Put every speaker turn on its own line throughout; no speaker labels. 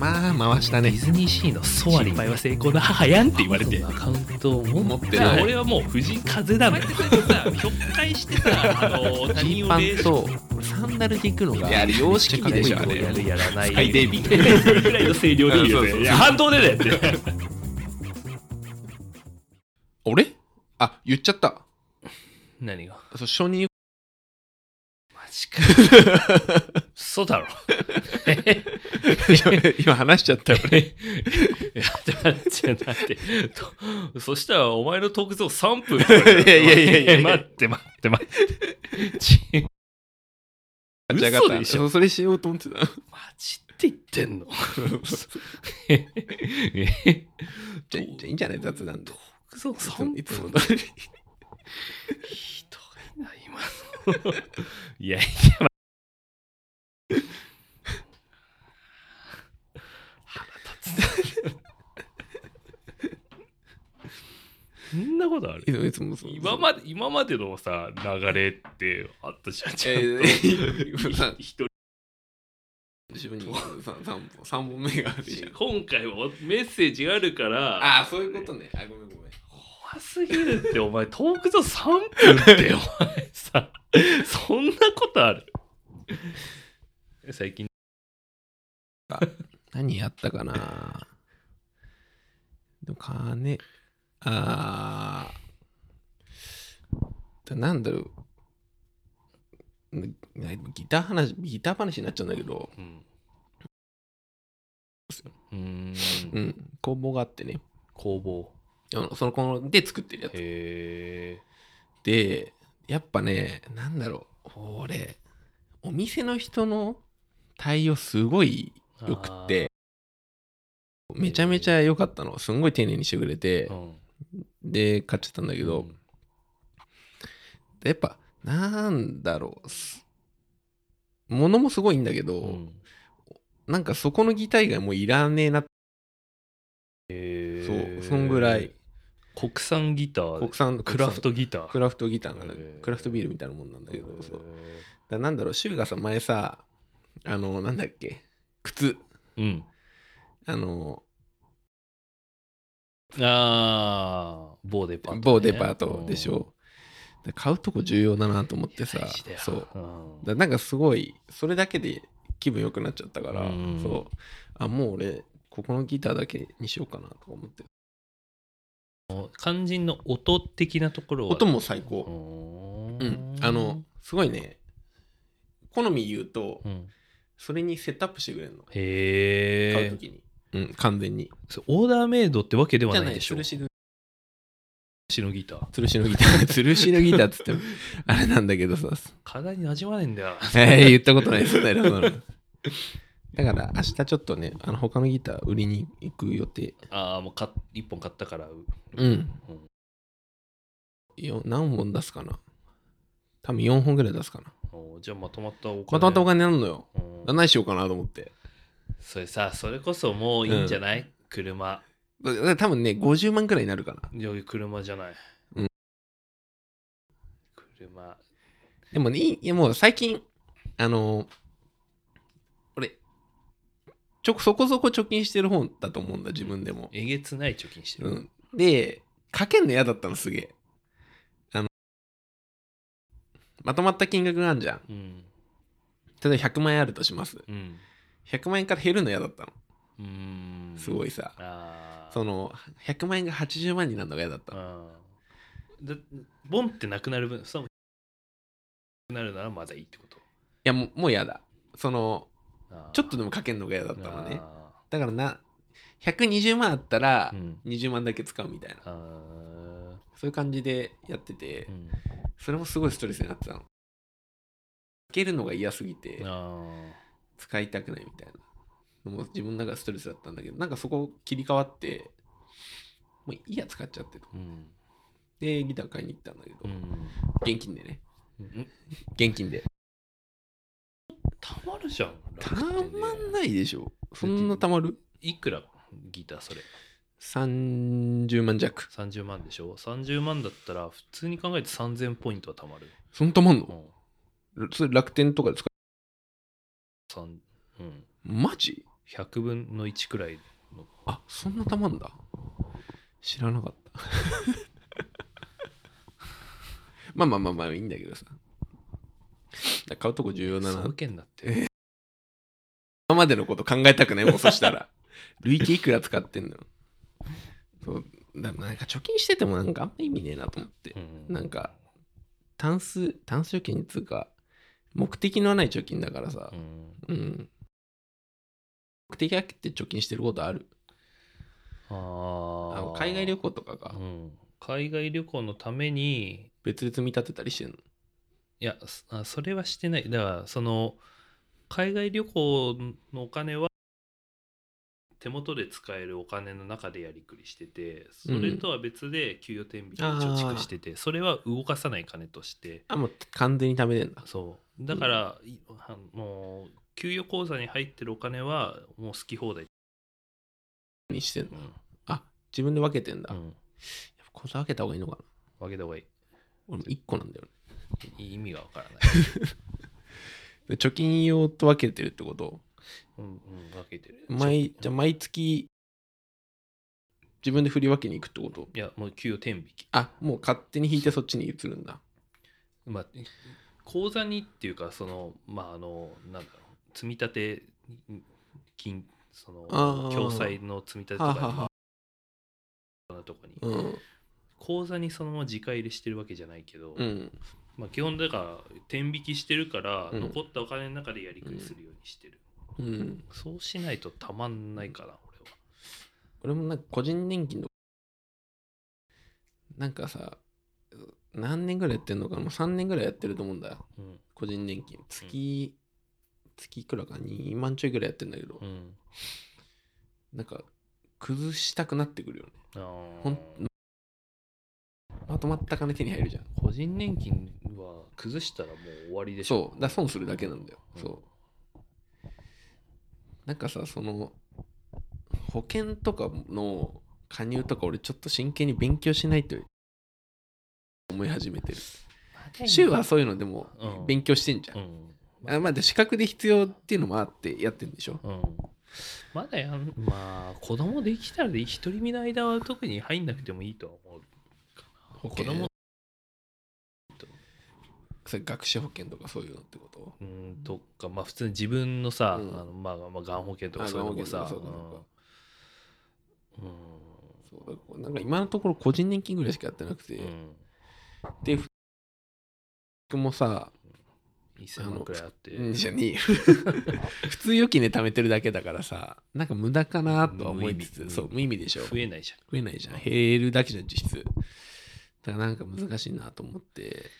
あー回したね
ディズニーシーの
ソアリン
失敗は成功の母やんって言われて
アカウントを持って
じ
る
ゃあ俺はもう藤井風だ
お
もん
前ってそうやってさ、ひょっかいしてさ、あの、他
ジ
人
ー
を
パ
ベー
ン
ス
とサンダルで行くのが
いやあれ
様式美でしょあ
めっちゃかっこいい
れ
やるやらない
スカイデイビング
ぐらいの声量でいいよ
うんそうそう
ねいや反動でだよって
俺あ、言っちゃった。
何が
そう初任
マジか嘘だろ
今今話しちゃったよね。
えいやだってだってとそしたらお前のトークゾーン3分とかだよ
いやいやいやいやいや
待って待って待ってち
立ち上がった
嘘でしょ
そうそれしようと思ってた。
マジって言ってんの
じゃあじゃあいいんじゃない雑談と。
クゾーン
いつもいつ
3分
も通り
ひどいな、今の。いや、いや、ま、腹立つ。そんなことある
いつもいつもそう。
今まで今までのさ流れってあったじゃん。ちゃんと
え ー さ
一人
自分にさ三本三本目があるじゃん。
今回はメッセージがあるから
ああ、そういうことね。あ、ごめんごめん。
怖すぎるってお前トークゾーン3分ってお前 さそんなことある最近
何やったかなでも金、あー、なんだろう。んギター話、ギター話になっちゃうんだけど、
うんうん
うん、工房があってね、
工房
あのその工房で作ってるやつ。
へ
で、やっぱね、なんだろう、俺、お店の人の対応すごい
え
良くって、めちゃめちゃ良かったの。すんごい丁寧にしてくれて、
うん
で、買っちゃったんだけど、やっぱなんだろうす物もすごいんだけど、
うん
なんかそこのギター以外もういらねえな
へ
そ
ー
うそんぐらい
国産ギター
国産の
クラフトギター
クラフトギターなんだ
へえ
クラフトビールみたいなもんなんだけど
へー
そうだなんだろう柊がさ前さあのなんだっけ靴
うん
あの
ああ某デパートね
某デパートでしょ、だ買うとこ重要だなと思ってさ
大事だよ
そう
うん
だなんかすごいそれだけで気分良くなっちゃったから、
うん
そうあもう俺ここのギターだけにしようかなとか思って
肝心の音的なところは
音も最高、う、
うん
あの、すごいね好み言うと、
うん
それにセットアップしてくれるの買う
へえ
時に、うん、完全に
オーダーメイドってわけでは
じゃ
な
ないい
でしょ
吊るしの
私のギター
吊るしのギター 吊るしのギ ターっつっても あれなんだけどさ
体に馴染まないんだよな
えー言ったことないですねそんなのだから明日ちょっとねあの他のギター売りに行く予定
ああもうか1本買ったからう
うん
ん
よ何本出すかな多分4本ぐらい出すかな
おーじゃあまとまったお金
まとまったお
金
金なんのよ
うん
何しようかなと思って
それさそれこそもういいんじゃない、車
だから多分ね50万くらいになるかない
や車じゃない、
うん
車
でもね、いいいやもう最近、あのー俺、ちょ、そこそこ貯金してる方だと思うんだ、自分でも。
えげつない貯金してる、
うん。で、かけんの嫌だったの、すげえ。あの、まとまった金額があるじゃん。
うん
例えば100万円あるとします。
うん
100万円から減るの嫌だったの。
うーん
すご
い
いさ。
ああ
その、100万円が80万になるのが嫌だったの。
だボンってなくなる分そうなるならまだいいってこと
いや、もうもう嫌だ。その、
あー
ちょっとでもかけんのが嫌だったのね。
あ
だからな、120万あったら
ーう、ん
20万だけ使うみたいな。
あー
そういう感じでやってて
う、ん
それもすごいストレスになってたの。かけるのが嫌すぎて、
あ
使いたくないみたいな。もう自分の中でストレスだったんだけど、なんかそこ切り替わって、もういいや使っちゃってと。
ーうん
で、ギター買いに行ったんだけど、
うん
現金でね。
うん
現金で。
たまるじゃん
たまん
い
ないでしょ。そんなたまる
いくらギターそれ
?30 万弱。
30万でしょ30万だったら普通に考えて3000ポイントはたまる、
そんなたまんの
うん
それ楽天とかで使う
三うん、
マジ
100分の1くらいの
あそんなたまんだ知らなかった まあまあまあまあいいんだけどさ買うとこ重要だな
総
今
件だって
までのこと考えたくないもうそしたら累計いくら使ってんのそうだなんか貯金しててもなんかあんま意味ねえなと思って
うん
なんか単数単数貯金っつうか目的のない貯金だからさ
うん
うん目的あって貯金してることあるあ
あ
の
ー
海外旅行とかが
うん海外旅行のために
別々見立てたりしてんの
いやそあそれはしてないだからその海外旅行のお金は手元で使えるお金の中でやりくりしててそれとは別で給与天引きで貯蓄してて、それは動かさない金として
あもう完全に貯めてんだ
そうだから、いあもう給与口座に入ってるお金はもう好き放題、
にしてんの
うん
あ自分で分けてんだ、
う
やっ
ん、
ぱこれ分けた方がいいのかな
分けた方がい
俺も1個なんだよね
い意味がわ からない、
で貯金用と分けてるってこと
うんうん、分けてる
毎じゃあ毎月自分で振り分けに行くってこと
いやもう給与天引き
あもう勝手に引いてそっちに移るんだ
まあ、口座にっていうかそのまああのなんだろう積み立て金そ
あ
の
ー
共済の積み立てと
はあ
か
はあはあ
そんなとこに
うん
口座にそのまま直入れしてるわけじゃないけど、
うん
まあ、基本だから天引きしてるから、
うん
残ったお金の中でやりくりするようにして
う
る、
ん
そうしないとたまんないかな俺は
俺もなんか個人年金とかなんかさ何年ぐらいやってんのかなもう3年ぐらいやってると思うんだよ
うん
個人年金月、月いくらか2万ちょいぐらいやってんだけど、
うん
なんか崩したくなってくるよね
あ
ほん
ー
まとまった金手に入るじゃん
個人年金は崩したらもう終わりでしょ
そうだから損するだけなんだよ、
うん
そうなんかさその保険とかの加入とか俺ちょっと真剣に勉強しないと思い始めてる週はそういうのでも
うん
勉強してんじゃん、
うん
あまあで資格で必要っていうのもあってやってんでしょ
うんまだやんまあ子供できたらで独り身の間は特に入んなくてもいいとは思う
保
子供
それ学資保険とかそういうのってこと
うんとかまあ普通に自分のさ、
うん
あのまあまあがん保険とか
あ
そういうのも
がん
さ
保険とかそういうのか
うん
そうなんか今のところ個人年金ぐらいしかやってなくて、
うん、
僕もさ、
1000万くらいあって
うんじゃ ねえよ普通預金で貯めてるだけだからさなんか無駄かなとは思いつ
無意
つ
味
そう無意味でしょ
増えないじゃん
増えないじゃん減るだけじゃん実質だからなんか難しいなと思って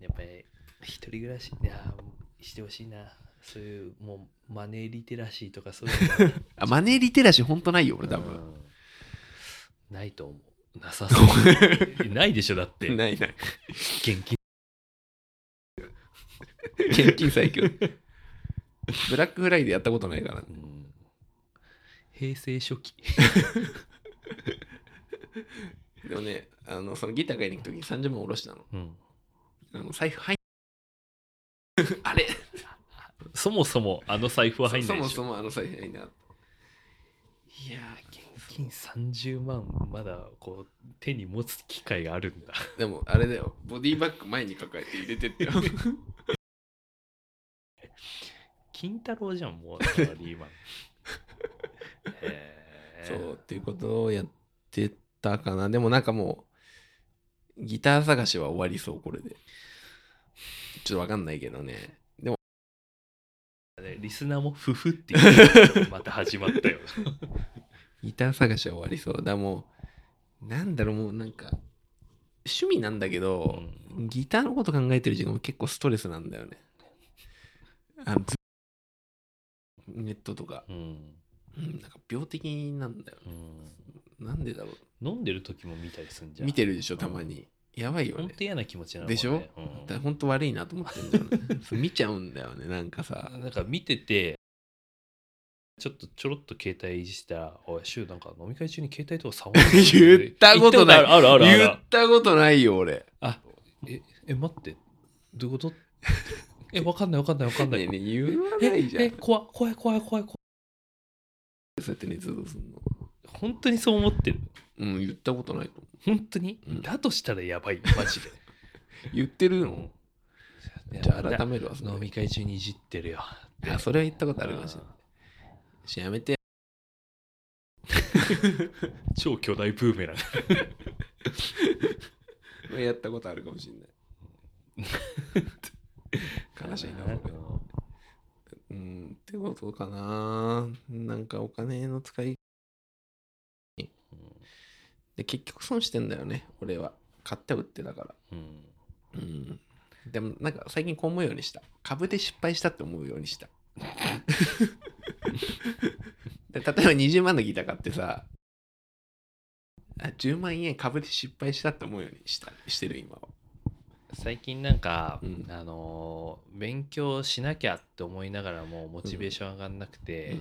やっぱり一人暮らしい やーしてほしいなそういうもうマネーリテラシーとかそういうのが
あマネーリテラシーほんとないよ俺多
う
分、
んないと思うな さそうないでしょだって
ないない
現金
現金最強ブラックフライでやったことないから
うん平成初期
でもねあのそのギター買いに行く時に30万下ろしたの
うん
あの財布入ん あ れ
そもそもあの財布は入ん
そ
ないで
も
しょ
そもあの財布入んないない
やー現金30万まだこう手に持つ機会があるんだ
でもあれだよボディバッグ前に抱えて入れてって よ
金太郎じゃんもうサラリ ーマンへー
そうっていうことをやってたかなでもなんかもうギター探しは終わりそうこれでちょっとわかんないけどねでも
ねリスナーもフフって言ってまた始まっ たよ
ギター探しは終わりそうだからもうなんだろうもうなんか趣味なんだけ
う
ど、
ん
ギターのこと考えてる時間も結構ストレスなんだよねあのずネットとか、
うん
うん、なんか病的なんだよ
うん
なんでだろう
飲んでる時も見たりすんじゃん
見てるでしょたまに、やばいよ
ほん
ね
と嫌な気持ちなの
でしょ、
う
だ
ん
からほんと悪いなと思ってんだよね そう見ちゃうんだよねなんかさ
なんか見てて、ちょっとちょろっと携帯いじったら、おい、シュウなんか飲み会中に携帯とか触 る
言ったことない
あるあるあるある
言ったことないよ俺
え、え、待って、どういうことえ、わかんないわかんないわかんな
ねえね
い。
え言わないじゃん。
え、怖い怖い怖い怖い怖い。
そうやって熱動するの。
本当にそう思ってる。
うん、言ったことないと思
本当に、
うん
だとしたらやばい、マジ で。
う。言ってる
う
の
ん
じゃあ改めるわ。それ
飲み会中にいじってるよ。
あそれは言ったことあるかもしれないし。やめて。
超巨大ブーメラン。
やったことあるかもしれない。悲しいな、俺。うん、ってことかな。なんかお金の使い。で、結局損してんだよね、俺は。買って売ってだから。
うん。
うん。でも、なんか最近こう思うようにした。株で失敗したって思うようにした。で例えば20万のギター買ってさ、あ10万円株で失敗したって思うようにしたしてる今は。
最近なんか、
うん
あのー勉強しなきゃって思いながらもモチベーション上がんなくて、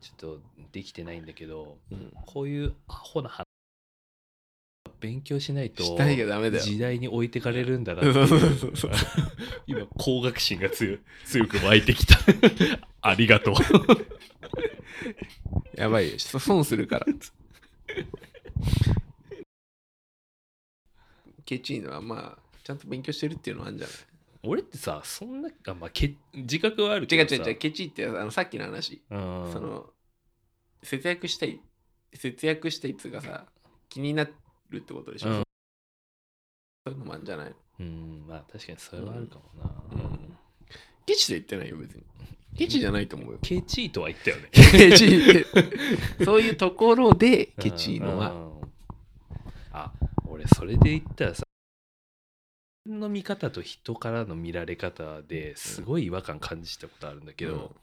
ちょっとできてないんだけど
うんうん
こういうアホな話勉強しないと
したいがダメだよ。
時代に置いてかれるんだなって
そう
い
そう
う
そうそう。
今高学心が強い強く湧いてきた あ りがとう
やばいよ。そ損するから。ケチいのはまあ、ちゃんと勉強してるっていうのはあるんじゃない
俺ってさそんなあ、まあ、け自覚はあるけ
違う
ど
違う
さ
違う、ケチいってあのさっきの話。
うん
その、節約したい、節約したいっつうかさ、気になるってことでしょ。
うん
そういうのもあるんじゃないの
うんまあ確かにそれはあるかもな、
うん。ケチと言ってないよ、別に。ケチじゃないと思うよ。
ケチーとは言ったよね
ケチいって。そういうところで、ケチいのは。
うんあ俺それで言ったらさ自分の見方と人からの見られ方ですごい違和感感じたことあるんだけど、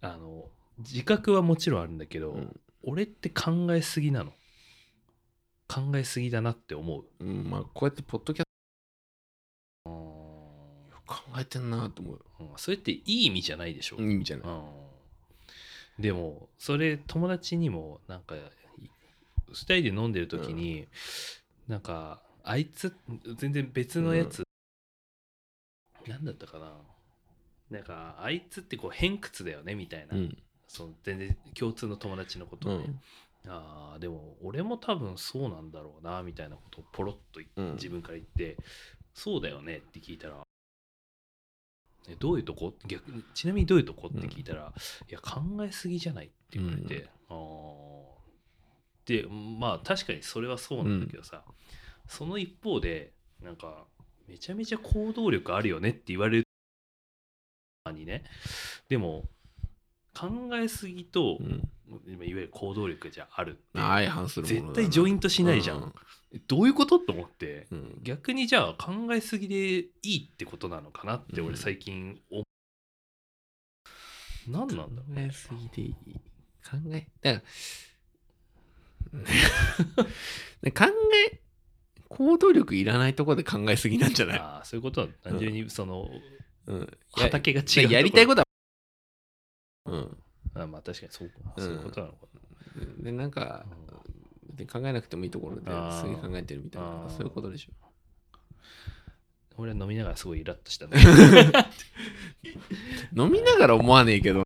あの自覚はもちろんあるんだけど、
うん
俺って考えすぎなの考えすぎだなって思う
うん、まあ、こうやってポッドキャスト
う
考えてんなと思う。
んそれっていい意味じゃないでしょ、
意味じゃない。
うんでもそれ友達にもなんかい二人で飲んでる時に、なんかあいつ全然別のやつ、なんだったかななんかあいつってこう偏屈だよねみたいな、
うん
その全然共通の友達のことをね、あーでも俺も多分そうなんだろうなみたいなことをポロッと言って
うん
自分から言って、そうだよねって聞いたら、えどういうとこ逆にちなみにどういうとこって聞いたら、いや考えすぎじゃないって言われて、あーでまあ確かにそれはそうなんだけどさ、その一方でなんかめちゃめちゃ行動力あるよねって言われるにねでも考えすぎと、
うん
今いわゆる行動力じゃあるって
相反するもの
絶対ジョイントしないじゃん、どういうことと思って
うんうん
逆にじゃあ考えすぎでいいってことなのかなって
う
俺
ん
最近思う、何なんだろう
考えすぎでいい考えだから 考え行動力いらないとこで考えすぎなんじゃない、
ああそういうことは単純にその
うん、や
畑が違う
やりたい
こ
ことはうん
とあまあ確かにそうか
うん
そういうことなのか
でなんかで考えなくてもいいところで
あー
すぐ考えてるみたい
あ
な
ー
そういうことでしょ
俺は飲みながらすごいイラッと したね
飲みながら思わねえけど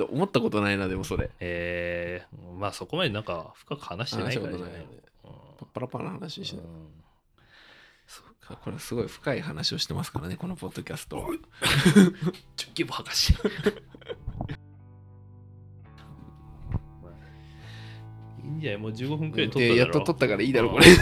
思ったことないなでもそれ
えー、まあそこまでなんか深く話してないからじゃない
話したことないよね
う
パッ
ん
パラパラの話しない
うんそうか
これすごい深い話をしてますからねこのポッドキャストは
ちょっと博士。いいんじゃないもう15分くらい撮っただろ
でやっと撮ったからいいだろこれ
れ。